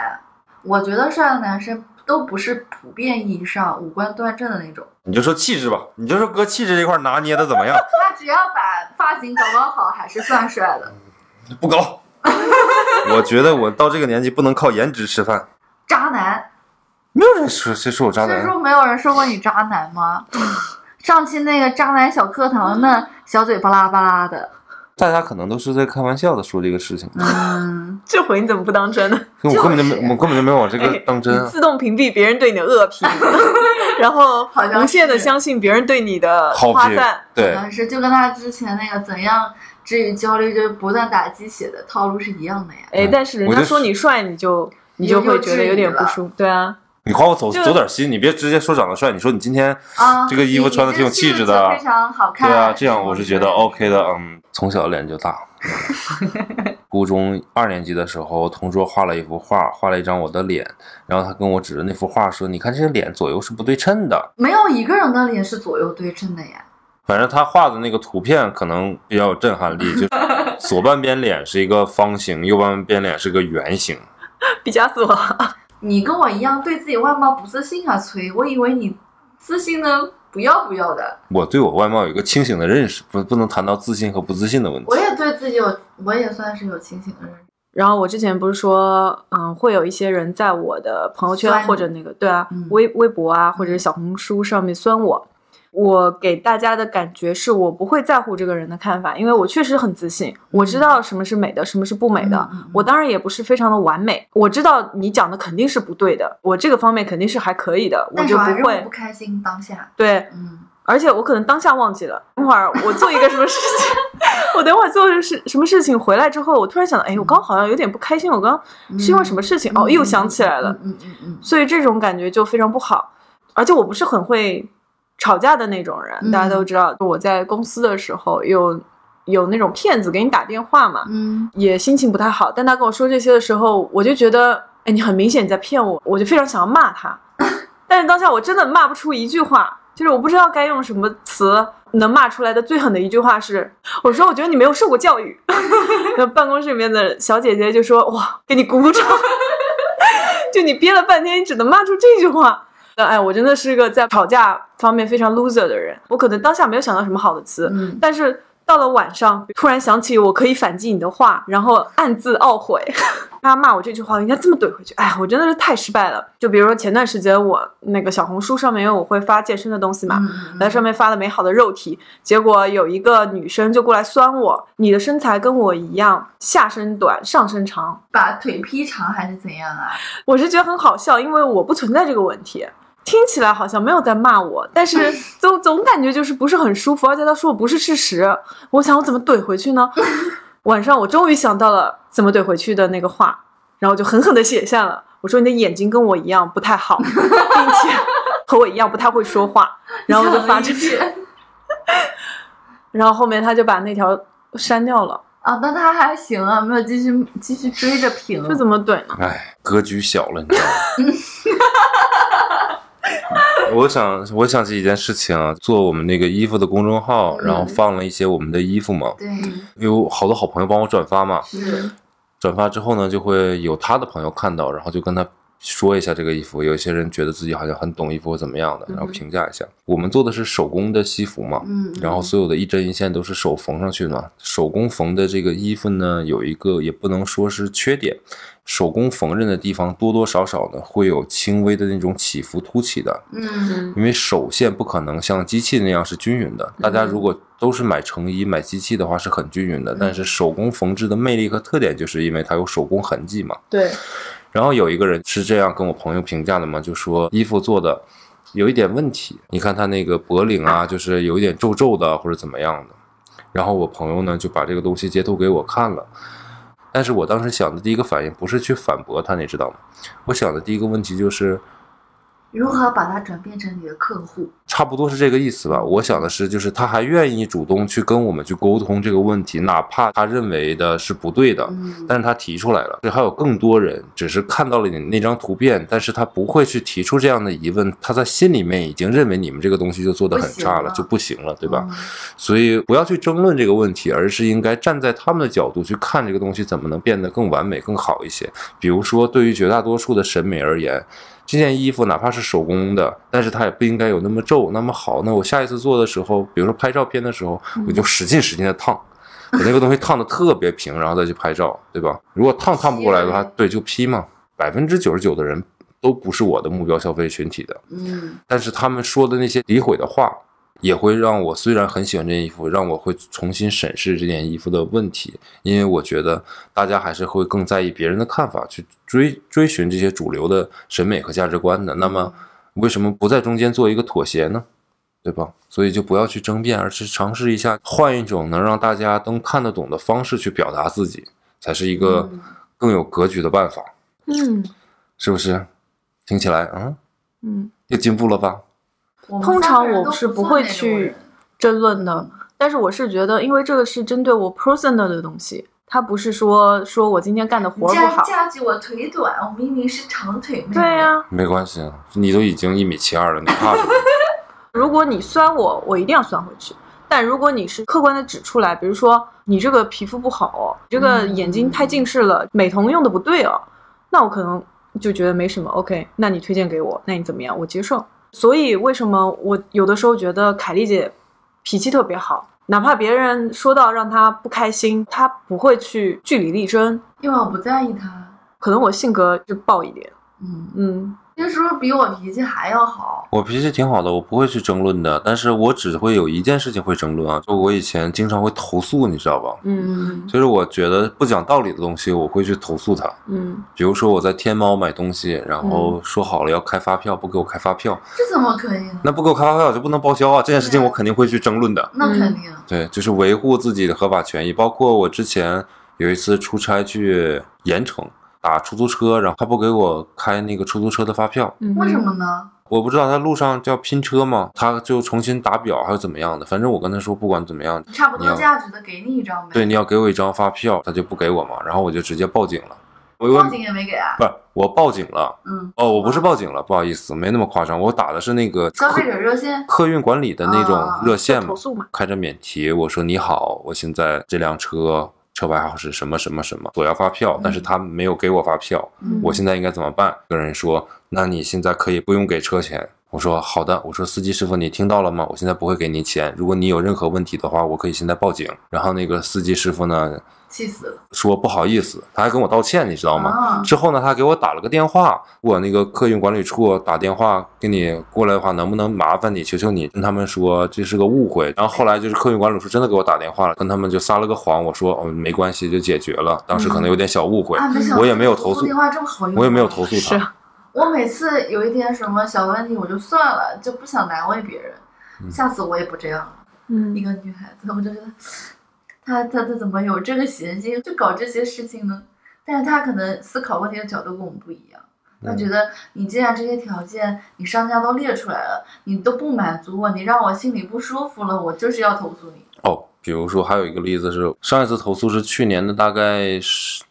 我觉得帅的男生都不是普遍意义上五官端正的那种，
你就说气质吧，你就说哥气质这块拿捏的怎么样？
他只要把发型搞搞好，还是算帅的。
不高。我觉得我到这个年纪不能靠颜值吃饭，
渣男，
没有人说谁说我渣
所以
男。啊
说没有人说过你渣男吗？ (laughs) 上期那个渣男小课堂
嗯
那小嘴巴拉巴拉的，
大家可能都是在开玩笑的说这个事情，
嗯，
这回你怎么不当真呢？
因为我根本就没
就是
我根本就没有往这个
哎
当真
你
啊。
自动屏蔽别人对你的恶评，然后
好像
无限的
是
相信别人对你的
好
夸
评
赞。
对，
但是就跟他之前那个怎样治愈焦虑就是不断打鸡血的套路是一样的呀。
哎，但是人
我
家
就
说你帅，你就你就
又
会
又
觉得
质
有
疑
点不
了
舒服。对啊，
你夸我走
就
走点心，你别直接说长得帅，你说你今天
啊，
这个衣服穿的挺有气质的
你这气质非常好看。
对啊，这样我是觉得
什么之类的
OK 的。嗯，从小脸就大。 (laughs) 初中二年级的时候，同桌画了一幅画，画了一张我的脸，然后他跟我指着那幅画说：“你看这个脸左右是不对称的。”
没有一个人的脸是左右对称的呀。
反正他画的那个图片可能比较有震撼力，就是 (laughs) 左半边脸是一个方形，右半边脸是个圆形。
毕加索，
你跟我一样对自己外貌不自信啊，崔，我以为你自信的不要不要的。
我对我外貌有一个清醒的认识，不不能谈到自信和不自信的问题
我。也对自己有，我也算是有清醒的人。
然后我之前不是说，嗯，会有一些人在我的朋友圈
酸你
或者那个对啊
嗯
微微博啊或者是
嗯
小红书上面酸我，我给大家的感觉是我不会在乎这个人的看法，因为我确实很自信，我知道什么是美的，什么是不美的。
嗯嗯嗯嗯
我当然也不是非常的完美，我知道你讲的肯定是不对的，我这个方面肯定是还可以的，我
但是
就
我还是
不
会
会
不开心当下，
对。
嗯，
而且我可能当下忘记了，等会儿我做一个什么事情， (laughs) 我等会儿做事什么事情回来之后，我突然想到，哎，我刚好像有点不开心，我刚是因为什么事情？哦，又想起来了。
嗯嗯嗯
所以这种感觉就非常不好。而且我不是很会吵架的那种人，
嗯
大家都知道，我在公司的时候有有那种骗子给你打电话嘛，
嗯
也心情不太好。但他跟我说这些的时候，我就觉得，哎，你很明显你在骗我，我就非常想要骂他，但是当下我真的骂不出一句话。就是我不知道该用什么词能骂出来的最狠的一句话是，我说我觉得你没有受过教育。 (laughs) 那办公室里面的小姐姐就说哇，给你鼓鼓掌。 (laughs) 就你憋了半天，你只能骂出这句话。那哎，我真的是个在吵架方面非常 loser 的人，我可能当下没有想到什么好的词，
嗯，
但是到了晚上，突然想起我可以反击你的话，然后暗自懊悔。 (laughs) 他骂我这句话，我应该这么怼回去。哎，我真的是太失败了。就比如说前段时间我那个小红书上面，因为我会发健身的东西嘛，
嗯
在上面发了美好的肉体，结果有一个女生就过来酸我，你的身材跟我一样，下身短，上身长，
把腿劈长还是怎样啊？
我是觉得很好笑，因为我不存在这个问题。听起来好像没有在骂我，但是总总感觉就是不是很舒服，而且他说我不是事实，我想我怎么怼回去呢？晚上我终于想到了怎么怼回去的那个话，然后我就狠狠的写下了，我说你的眼睛跟我一样不太好，并且和我一样不太会说话，然后我就发出去
想了一，句
(laughs) 然后后面他就把那条删掉了，
啊，那他还行啊，没有继续继续追着评，
这怎么怼呢？
哎，格局小了，你知道吗？ (laughs) 我想，我想起一件事情啊，做我们那个衣服的公众号，
嗯
然后放了一些我们的衣服嘛，
对，
嗯
有好多好朋友帮我转发嘛，
是
转发之后呢，就会有他的朋友看到，然后就跟他说一下这个衣服。有一些人觉得自己好像很懂衣服或怎么样的，然后
嗯哼
评价一下。我们做的是手工的西服嘛，
嗯，
然后所有的一针一线都是手缝上去的嘛。手工缝的这个衣服呢，有一个也不能说是缺点，手工缝纫的地方多多少少呢会有轻微的那种起伏凸起的，
嗯
因为手线不可能像机器那样是均匀的。大
嗯
家如果都是买成衣、买机器的话，是很均匀的。但是手工缝制的魅力和特点，就是因为它有手工痕迹嘛。
对，
然后有一个人是这样跟我朋友评价的嘛，就说衣服做的有一点问题，你看他那个脖领啊，就是有一点皱皱的或者怎么样的。然后我朋友呢就把这个东西截图给我看了，但是我当时想的第一个反应不是去反驳他，你知道吗？我想的第一个问题就是，
如何把它转变成你的客户？
差不多是这个意思吧。我想的是，就是他还愿意主动去跟我们去沟通这个问题，哪怕他认为的是不对的，
嗯，
但是他提出来了。这还有更多人只是看到了你那张图片，但是他不会去提出这样的疑问，他在心里面已经认为你们这个东西就做得很差
不
了，
行了
就不行了，对吧？所以不要去争论这个问题，而是应该站在他们的角度去看这个东西怎么能变得更完美、更好一些。比如说，对于绝大多数的审美而言，这件衣服哪怕是手工的，但是它也不应该有那么皱、那么好。那我下一次做的时候，比如说拍照片的时候，我就使劲使劲的烫，把那个东西烫的特别平，然后再去拍照，对吧？如果烫烫不过来的话，
P
对，就 P 嘛。百分之九十九的人都不是我的目标消费群体的，
嗯
但是他们说的那些诋毁的话，也会让我虽然很喜欢这件衣服，让我会重新审视这件衣服的问题，因为我觉得大家还是会更在意别人的看法，去追追寻这些主流的审美和价值观的。那么，为什么不在中间做一个妥协呢？对吧？所以就不要去争辩，而是尝试一下换一种能让大家都看得懂的方式去表达自己，才是一
嗯
个更有格局的办法，
嗯
是不是？听起来，嗯，
嗯，
又进步了吧？
我们
通
三
常
个人都
我是
不算
会
那种
去
人
争论的，但是我是觉得，因为这个是针对我 personal 的东西，它不是说说我今天干的
你
活儿不
这样
好。
架起我腿短，我明明是长腿妹。
对呀、
没关系，啊你都已经一米七二了，你怕什么？
如果你酸我，我一定要酸回去。但如果你是客观的指出来，比如说你这个皮肤不好哦，你这个眼睛太近视了，美瞳用的不对哦，那我可能就觉得没什么。OK，那你推荐给我，那你怎么样？我接受。所以为什么我有的时候觉得凯丽姐脾气特别好，哪怕别人说到让她不开心，她不会去据理力争。
因为我不在意他。
可能我性格就暴一点，
嗯，
嗯，
那时候比我脾气还要好。
我脾气挺好的，我不会去争论的，但是我只会有一件事情会争论啊，就我以前经常会投诉，你知道吧？
嗯
就是我觉得不讲道理的东西，我会去投诉他。
嗯，
比如说我在天猫买东西，然后说好了要开发票，不给我开发票，
这怎么可以呢？
那不给我开发票我就不能报销啊！这件事情我肯定会去争论的。
那
嗯
肯定。
对，就是维护自己的合法权益。包括我之前有一次出差去盐城打出租车，然后他不给我开那个出租车的发票，
嗯
为什？么呢？
我不知道他路上叫拼车嘛，他就重新打表还是怎么样的。反正我跟他说，不管怎么样，
嗯
差不
你
多
要
价值的给你一张呗。
对，你要给我一张发票，他就不给我嘛，然后我就直接报警了。我
报
问，
警也没给啊。
不是我报警了，
嗯，
哦，我不是报警了，不好意思，没那么夸张，我打的是那个
消
客
费者热线。
客运管理的那
啊
种热线嘛
投，诉嘛，
开着免提，我说你好，我现在这辆车车牌号是什么什么什么，索要发票，但是他没有给我发票，
嗯
我现在应该怎么办？有人说，那你现在可以不用给车钱。我说好的，我说司机师傅，你听到了吗？我现在不会给你钱，如果你有任何问题的话，我可以现在报警。然后那个司机师傅呢
气死了。
说不好意思，他还跟我道歉，你知道吗？
啊
之后呢，他给我打了个电话，我那个客运管理处打电话给你过来的话，能不能麻烦你，求求你跟他们说这是个误会。然后后来就是客运管理处真的给我打电话了，跟他们就撒了个谎，我说嗯、没关系就解决了，当时可能有点小误会，
啊，没想到
我也没有投
投
诉
电话这么好用。
我也没有投。诉
是
他。
我每次有一点什么小问题，我就算了，就不想难为别人。
嗯
下次我也不这样了。
嗯
一个女孩子，我就觉得她她她怎么有这个闲心就搞这些事情呢？但是她可能思考问题的角度跟我们不一样。她
嗯
觉得你既然这些条件你商家都列出来了，你都不满足我，你让我心里不舒服了，我就是要投诉你。
哦，比如说还有一个例子是，上一次投诉是去年的大概是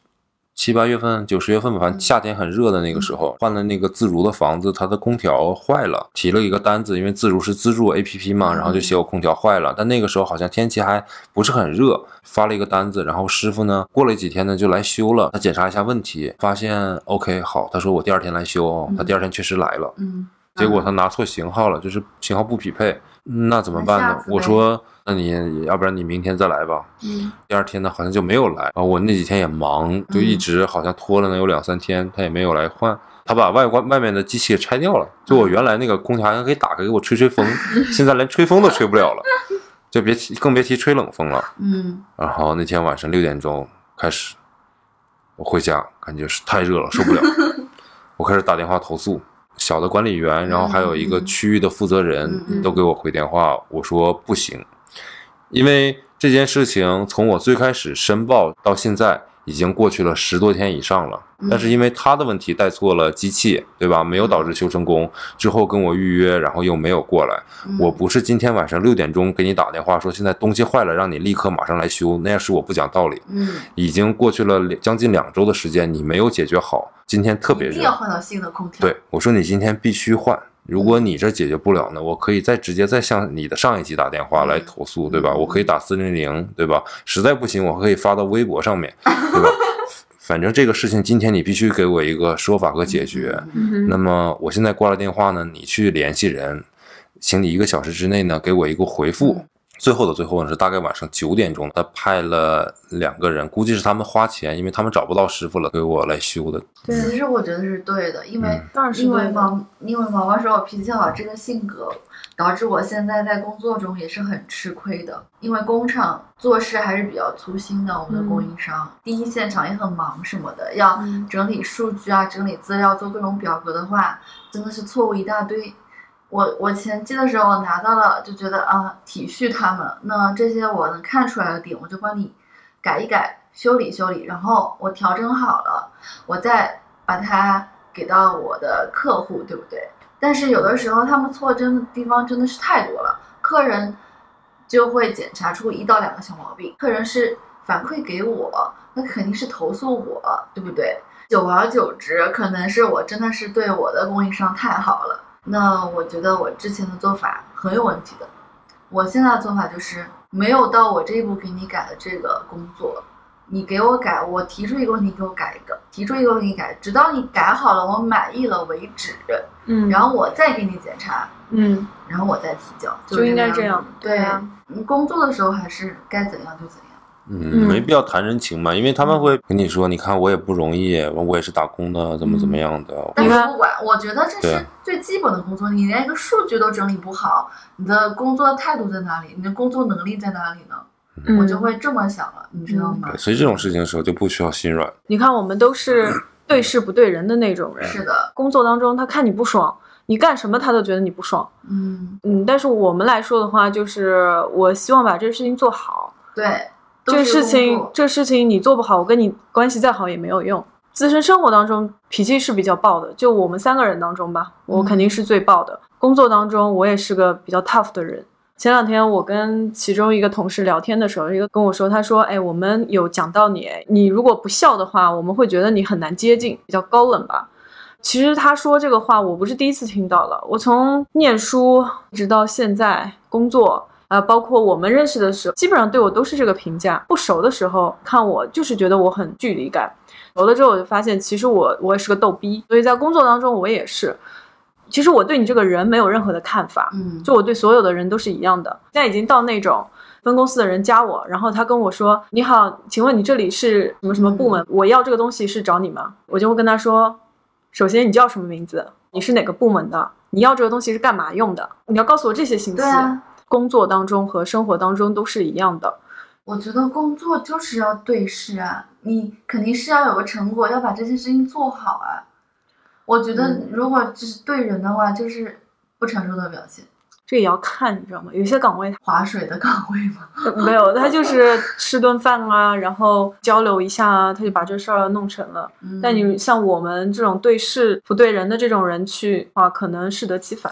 七八月份、九十月份吧，反正夏天很热的那个时候，换了那个自如的房子，它的空调坏了，提了一个单子，因为自如是资助 APP 嘛，然后就写我空调坏了，但那个时候好像天气还不是很热，发了一个单子，然后师傅呢过了几天呢就来修了，他检查一下问题，发现 OK 好，他说我第二天来修哦，他第二天确实来了。
嗯，
结果他拿错型号了，就是型号不匹配，那怎么办
那下
呢
次？呗
我说，那你要不然你明天再来吧。
嗯，
第二天呢，好像就没有来，然啊后我那几天也忙，
嗯
就一直好像拖了能有两三天，他也没有来换。他把外观外面的机器给拆掉了，就
嗯
我原来那个空调还可以打开给我吹吹风，现在连吹风都吹不了了，就别提更别提吹冷风了。
嗯，
然后那天晚上六点钟开始，我回家感觉是太热了，受不了，我开始打电话投诉。小的管理员，然后还有一个区域的负责
嗯
人
嗯
都给我回电话，我说不行，因为这件事情从我最开始申报到现在已经过去了十多天以上了，
嗯
但是因为他的问题带错了机器，对吧？没有导致修成功，之后跟我预约，然后又没有过来，
嗯
我不是今天晚上六点钟给你打电话说现在东西坏了，让你立刻马上来修，那样是我不讲道理。
嗯，
已经过去了两将近两周的时间，你没有解决好，今天特别
一定
热
要。换到新的空调。
对，我说你今天必须换。如果你这解决不了呢，我可以再直接再向你的上一级打电话来
嗯
投诉，对吧？我可以打四零零，对吧？实在不行，我可以发到微博上面，对吧？ (laughs) 反正这个事情今天你必须给我一个说法和解决。
嗯，
那么我现在挂了电话呢，你去联系人，请你一个小时之内呢给我一个回
嗯
复。最后的最后呢是大概晚上九点钟，他派了两个人，估计是他们花钱，因为他们找不到师傅了，给我来修的。
对
其实我觉得是对的，因为、
嗯
当然是
因为
对的
毛因为毛毛说我脾气好，这个性格导致我现在在工作中也是很吃亏的。因为工厂做事还是比较粗心的，我们的供应商、第一现场也很忙什么的，要
嗯
整理数据啊、整理资料、做各种表格的话，真的是错误一大堆。我我前期的时候拿到了，就觉得啊体恤他们，那这些我能看出来的点，我就帮你改一改、修理修理，然后我调整好了，我再把它给到我的客户，对不对？但是有的时候他们错真的地方真的是太多了，客人就会检查出一到两个小毛病，客人是反馈给我，那肯定是投诉我，对不对？久而久之，可能是我真的是对我的供应商太好了，那我觉得我之前的做法很有问题的。我现在的做法就是没有到我这一步给你改的这个工作，你给我改，我提出一个问题给我改一个，提出一个问题改，直到你改好了，我满意了为止，
嗯，
然后我再给你检查，
嗯，
然后我再提交，
就应该这
这
样
子嗯
对啊
对，你工作的时候还是该怎样就怎样。
嗯，没必要谈人情嘛，因为他们会跟你说，你看我也不容易，我也是打工的，怎么怎么样的。
但
明白
是不管，我觉得这
对
是最基本的工作，你连一个数据都整理不好，你的工作态度在哪里？你的工作能力在哪里呢？我
嗯
就会这么想了，你知道吗？
对所以这种事情的时候就不需要心软。
你看，我们都是对事不对人的那种人。
是的，
工作当中，他看你不爽，你干什么他都觉得你不爽。
嗯，
嗯，但是我们来说的话，就是我希望把这个事情做好。
对，
这个
都是
事情
工，作
这事情你做不好，我跟你关系再好也没有用。自身生活当中脾气是比较暴的，就我们三个人当中吧，我
嗯
肯定是最暴的。工作当中，我也是个比较 tough 的人。前两天我跟其中一个同事聊天的时候，一个跟我说，他说：“哎，我们有讲到你，你如果不笑的话，我们会觉得你很难接近，比较高冷吧。”其实他说这个话，我不是第一次听到了。我从念书直到现在工作，啊、包括我们认识的时候，基本上对我都是这个评价。不熟的时候看我，就是觉得我很距离感。熟了之后，我就发现其实我我也是个逗逼，所以在工作当中我也是。其实我对你这个人没有任何的看法，
嗯，
就我对所有的人都是一样的。现在已经到那种分公司的人加我，然后他跟我说：“你好，请问你这里是什么什么部
嗯
门？我要这个东西是找你吗？”我就会跟他说：“首先你叫什么名字？你是哪个部门的？你要这个东西是干嘛用的？你要告诉我这些信息。
对啊，
工作当中和生活当中都是一样的。
我觉得工作就是要对事啊，你肯定是要有个成果，要把这件事情做好啊。我觉得
嗯
如果只是对人的话，就是不成熟的表现，
这也要看，你知道吗？有些岗位
划水的岗位嘛。
他没有，他就是吃顿饭啊，然后交流一下啊，他就把这事儿弄成了。
嗯
但你像我们这种对事不对人的这种人去啊，可能适得其反。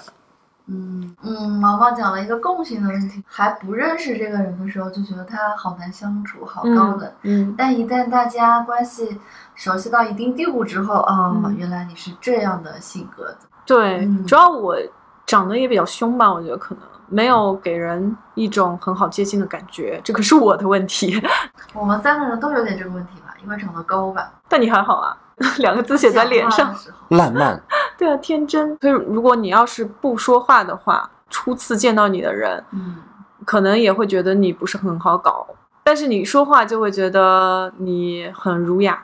嗯嗯，毛毛讲了一个共性的问题，还不认识这个人的时候，就觉得他好难相处，好高冷。
嗯，
但一旦大家关系熟悉到一定地步之后，啊、
嗯
原来你是这样的性格，
对，
嗯
主要我长得也比较凶吧，我觉得可能没有给人一种很好接近的感觉，这可是我的问题。 (laughs)
我们三个人都有点这个问题吧，因为长得高吧，
但你还好啊， (laughs) 两个字写在脸
讲话
上
的。时候，
烂漫，
对啊，天真。所以如果你要是不说话的话，初次见到你的人，
嗯，
可能也会觉得你不是很好搞。但是你说话就会觉得你很儒雅，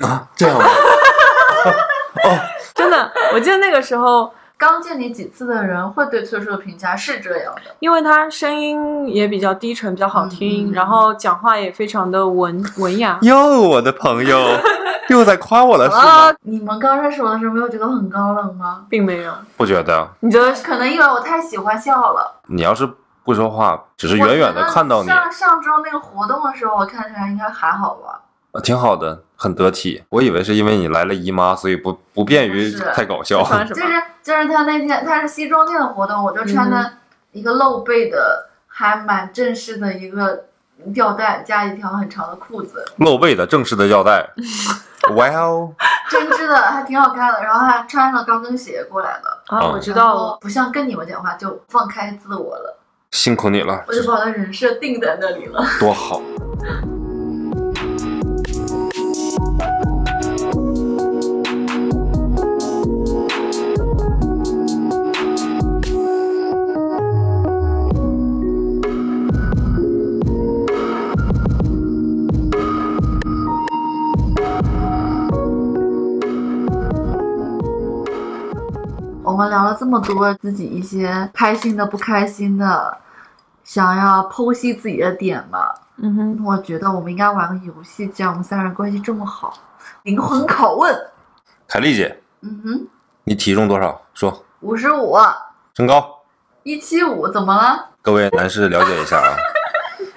啊这样吗？
真的。我记得那个时候，
刚见你几次的人会对崔叔的评价是这样的，
因为他声音也比较低沉，比较好听，
嗯嗯
然后讲话也非常的文文雅。
(laughs) 哟，我的朋友又在夸 (laughs) 我了是吗？
啊，
你们刚认识我的时候没有觉得我很高冷吗？呃
并没有，
不觉得，
你的
可能因为我太喜欢笑了。
你要是不说话，只是远远的看到你，
上上周那个活动的时候，我看起来应该还好吧？
呃挺好的，很得体。我以为是因为你来了姨妈，所以不不便于
不是
太搞笑。
穿什
哦就
么？
是嗯就是他那天他是西装店的活动，我就穿的一个露背的，还蛮正式的一个吊带加一条很长的裤子， (laughs)
露背的正式的腰 (laughs) 带，哇哦！
针织的还挺好看的，然后还穿了高跟鞋过来的。
啊，
嗯
我知
然
道
后
了。
不像跟你们讲话就放开自我了，
辛苦你了
我，就把我的人设定在那里了。
多好。
(laughs) 我们聊了这么多自己一些开心的、不开心的，想要剖析自己的点嘛，
嗯哼，
我觉得我们应该玩个游戏，既然我们三人关系这么好，灵魂拷问。
凯丽姐，
嗯哼，
你体重多少？说
五十五，
身高。
一七五，怎么了？
各位男士了解一下啊，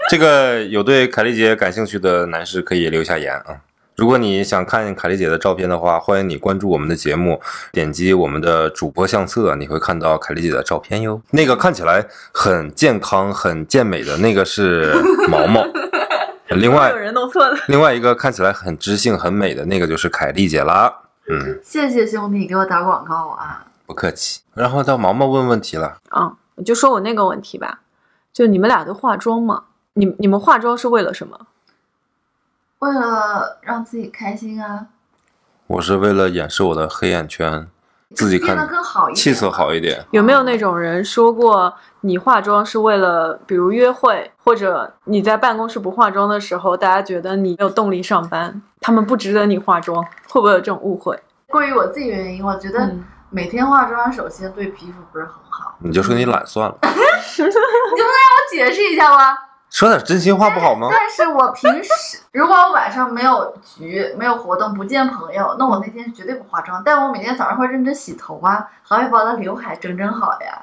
这个有对凯丽姐感兴趣的男士可以留下言啊。如果你想看凯丽姐的照片的话，欢迎你关注我们的节目，点击我们的主播相册，你会看到凯丽姐的照片哟。那个看起来很健康、很健美的那个是毛毛，另
哎
外
有人弄错了。
另外一个看起来很知性、很美的那个就是凯丽姐啦。嗯，
谢谢兄弟给我打广告啊！
不客气。然后到毛毛问问题了，
啊，我就说我那个问题吧，就你们俩都化妆吗？你你们化妆是为了什么？
为了让自己开心啊，
我是为了掩饰我的黑眼圈，自己
变得
看
更好一点，
气色好一点。
有没有那种人说过，你化妆是为了比如约会，或者你在办公室不化妆的时候，大家觉得你没有动力上班，他们不值得你化妆，会不会有这种误会？
关于我自己原因，我觉得
嗯
每天化妆首先对皮肤不是很好。
你就说你懒算了，
我解释一下吧，
说点真心话不好吗？
但是我平时 (laughs) 如果我晚上没有局、没有活动、不见朋友，那我那天是绝对不化妆。但我每天早上会认真洗头啊，还会把我的刘海整整好呀。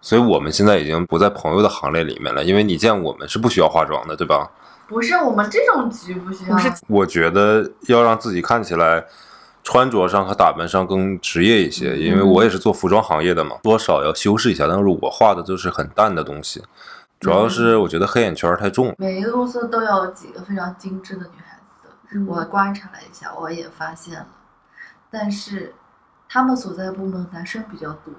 所以我们现在已经不在朋友的行列里面了，因为你见我们是不需要化妆的，对吧？
不是我们这种局不需要啊
不，是
我觉得要让自己看起来穿着上和打扮上更职业一些，因为我也是做服装行业的嘛，多少要修饰一下。但是我画的就是很淡的东西，主要是我觉得黑眼圈太重了。
每一个公司都有几个非常精致的女孩子的。
嗯
我观察了一下，我也发现了，但是他们所在部门男生比较多，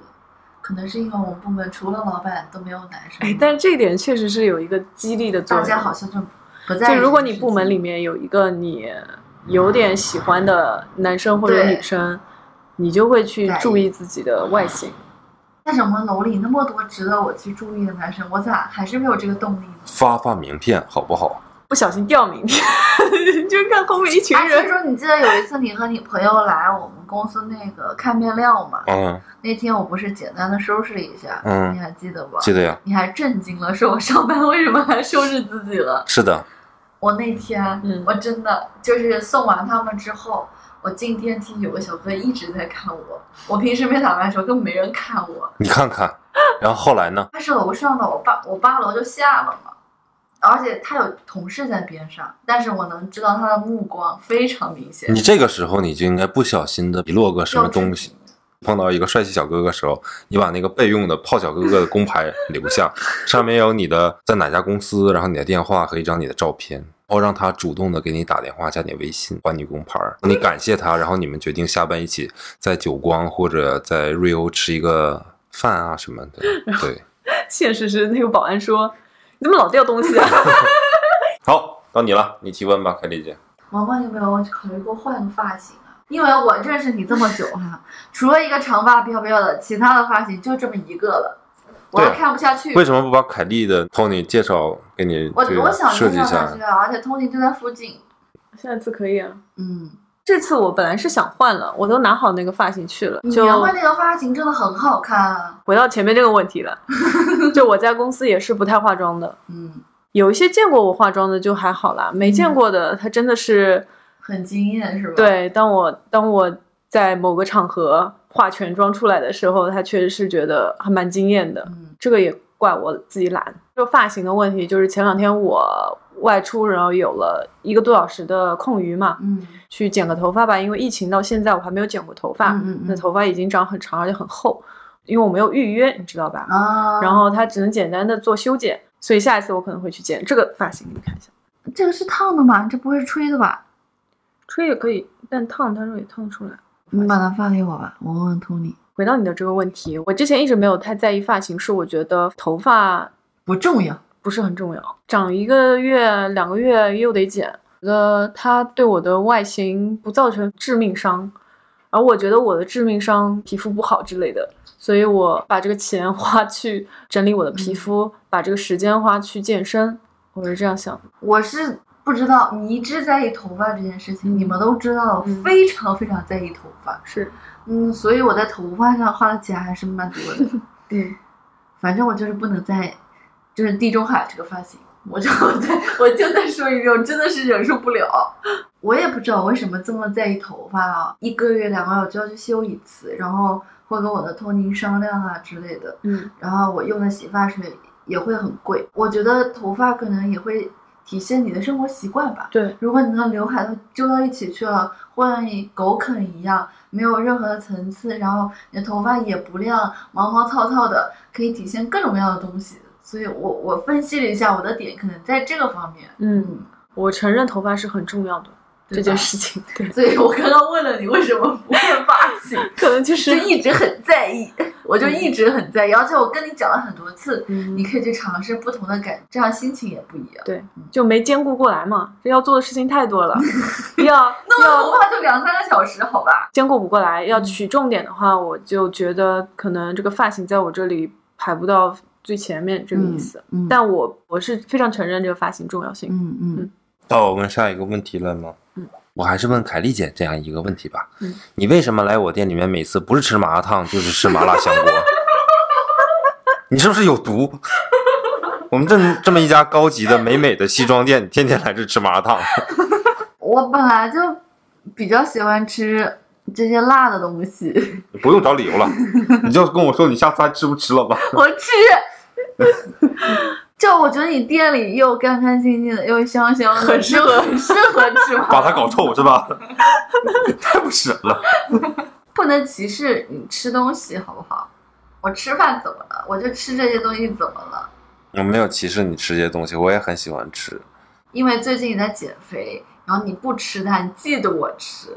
可能是因为我们部门除了老板都没有男生。
哎，但是这点确实是有一个激励的作
大
用。
家好像就不在意这个事情。
就如果你部门里面有一个你有点喜欢的男生或者
对
女生，你就会去
在意
注意自己的外形。
但是我们楼里那么多值得我去注意的男生，我咋还是没有这个动力呢？
发发名片好不好？
不小心掉名片， (laughs) 就看后面一群
哎，所以
人。
说你记得有一次你和你朋友来我们公司那个看面料吗？
嗯，
那天我不是简单的收拾了一下，
嗯
你还记得不？
记得呀。
你还震惊了，说我上班为什么还收拾自己了？
是的，
(laughs) 我那天，
嗯
我真的就是送完他们之后，我进电梯有个小哥一直在看我。我平时没打扮的时候根本没人看我，
你看看。然后后来呢？
他是楼上的，我八我八楼就下了嘛。而且他有同事在边上，但是我能知道他的目光非常明显。
你这个时候你就应该不小心的落个什么东西，碰到一个帅气小哥哥的时候，你把那个备用的泡小哥哥的工牌留下，上面有你的在哪家公司，然后你的电话和一张你的照片，然后让他主动的给你打电话加你微信，还你工牌，你感谢他，然后你们决定下班一起在久光或者在瑞欧吃一个饭啊什么的，对，
现实是那个保安说：“你怎么老掉东西啊 (laughs)
好，到你了，你提问吧，凯丽姐，
毛毛有没有考虑过换个发型啊？因为我认识你这么久哈、除了一个长发飘飘的，其他的发型就这么一个了，我
对啊
还看不下去。
为什么不把凯丽的 Tony 介绍给你
我
这
我
个
想
设
介
计
绍
一
他
下
学？校，而且通勤就在附近。？”
下次可以啊。
嗯，
这次我本来是想换了，我都拿好那个发型去了，
你
就
原会那个发型真的很好看啊。
回到前面这个问题了。 (laughs) 就我在公司也是不太化妆的，
嗯，
有一些见过我化妆的就还好啦，没见过的他真的是
很惊艳是吧？，
对。当我当我在某个场合化全妆出来的时候，他确实是觉得还蛮惊艳的。
嗯，
这个也怪我自己懒。就发型的问题，就是前两天我外出，然后有了一个多小时的空余嘛，
嗯
去剪个头发吧。因为疫情到现在我还没有剪过头发，
嗯嗯嗯
那头发已经长很长而且很厚，因为我没有预约，你知道吧？
啊，
然后它只能简单的做修剪，所以下一次我可能会去剪这个发型，给你看一下。
这个是烫的吗？这不会是吹的吧？
吹也可以，但烫它说也烫不出来。
你把它发给我吧，我问问 Tony。
回到你的这个问题，我之前一直没有太在意发型，是我觉得头发
不重要，
不是很重要，长一个月、两个月又得剪，觉得它对我的外形不造成致命伤，而我觉得我的致命伤皮肤不好之类的，所以我把这个钱 (laughs) 花去整理我的皮肤，把这个时间花去健身，我是这样想的。
我是不知道你一直在意头发这件事情，
嗯
你们都知道，我
嗯
非常非常在意头发。
是，
嗯，所以我在头发上花的钱还是蛮多
(laughs)
的。
嗯，
反正我就是不能再，就是地中海这个发型，我就再我就再说一遍，我真的是忍受不了。我也不知道为什么这么在意头发啊，一个月两个月我就要去修一次，然后会跟我的托尼商量啊之类的。
嗯，
然后我用的洗发水也会很贵，我觉得头发可能也会体现你的生活习惯吧。
对，
如果你的刘海都揪到一起去了，或者你狗啃一样，没有任何的层次，然后你的头发也不亮，毛毛糙糙的，可以体现各种各样的东西。所以我我分析了一下，我的点可能在这个方面，
嗯，
嗯，
我承认头发是很重要的
对
这件
吧。
事情，对， (laughs)
所以我刚刚问了你为什么不会发型，
可能就
就是一直很在意。我我就一直很在意，而且我跟你讲了很多次，
嗯
你可以去尝试不同的感，这样心情也不一样。
对，
嗯
就没兼顾过来嘛，这要做的事情太
(laughs)
多了，要
那我
要
头发就两三个小时，好吧？
兼顾不过来。要取重点的话，我就觉得可能这个发型在我这里排不到最前面这个意思。
嗯嗯
但我我是非常承认这个发型重要性。
嗯嗯，
到我问下一个问题了吗？
嗯，
我还是问凯丽姐这样一个问题吧。
嗯，
你为什么来我店里面每次不是吃麻辣烫就是吃麻辣香锅？ (laughs) 你是不是有毒？ (laughs) 我们这这么一家高级的美美的西装店，你天天来这吃麻辣烫， (laughs)
我本来就比较喜欢吃这些辣的东 (laughs) 西，
不用找理由了，你就跟我说你下次还吃不吃了吧。
我吃。 (laughs) 就我觉得你店里又干干净净的，又香香的，
很适合
就很适 (laughs) 合吃麻辣
把它搞臭是吧？ (laughs) 太不神了。
不能歧视你吃东西，好不好？我吃饭怎么了？我就吃这些东西怎么了？
我没有歧视你吃这些东西，我也很喜欢吃。
因为最近你在减肥，然后你不吃它，你记得我吃。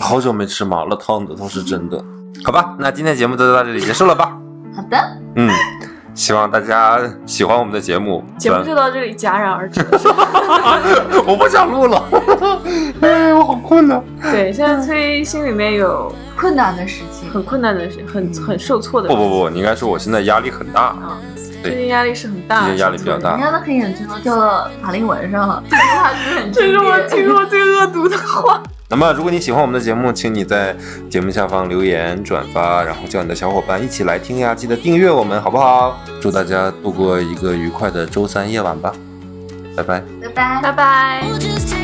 好久没吃麻辣烫的，倒是真的。好吧，那今天节目就到这里结束了吧。
好的，
嗯，希望大家喜欢我们的节目。嗯
节目就到这里戛然而止。
(laughs) (laughs) 我不想录了，哎，我好困呐。
对，现在崔心里面有
困难的事情，
很困难的事，很很受挫的
嗯不
事情。
不不，你应该说我现在压力很大，
啊，
对
最近压力是很大，
最近压力比较大
人家都可以很轻松跳到法令纹上
(laughs)
了，这 (laughs) 句话是不是很
这是我
经
听
典
过最恶
(laughs)
毒的话。
那么，如果你喜欢我们的节目，请你在节目下方留言、转发，然后叫你的小伙伴一起来听呀！记得订阅我们，好不好？祝大家度过一个愉快的周三夜晚吧，拜拜。
拜拜。
拜拜。
Just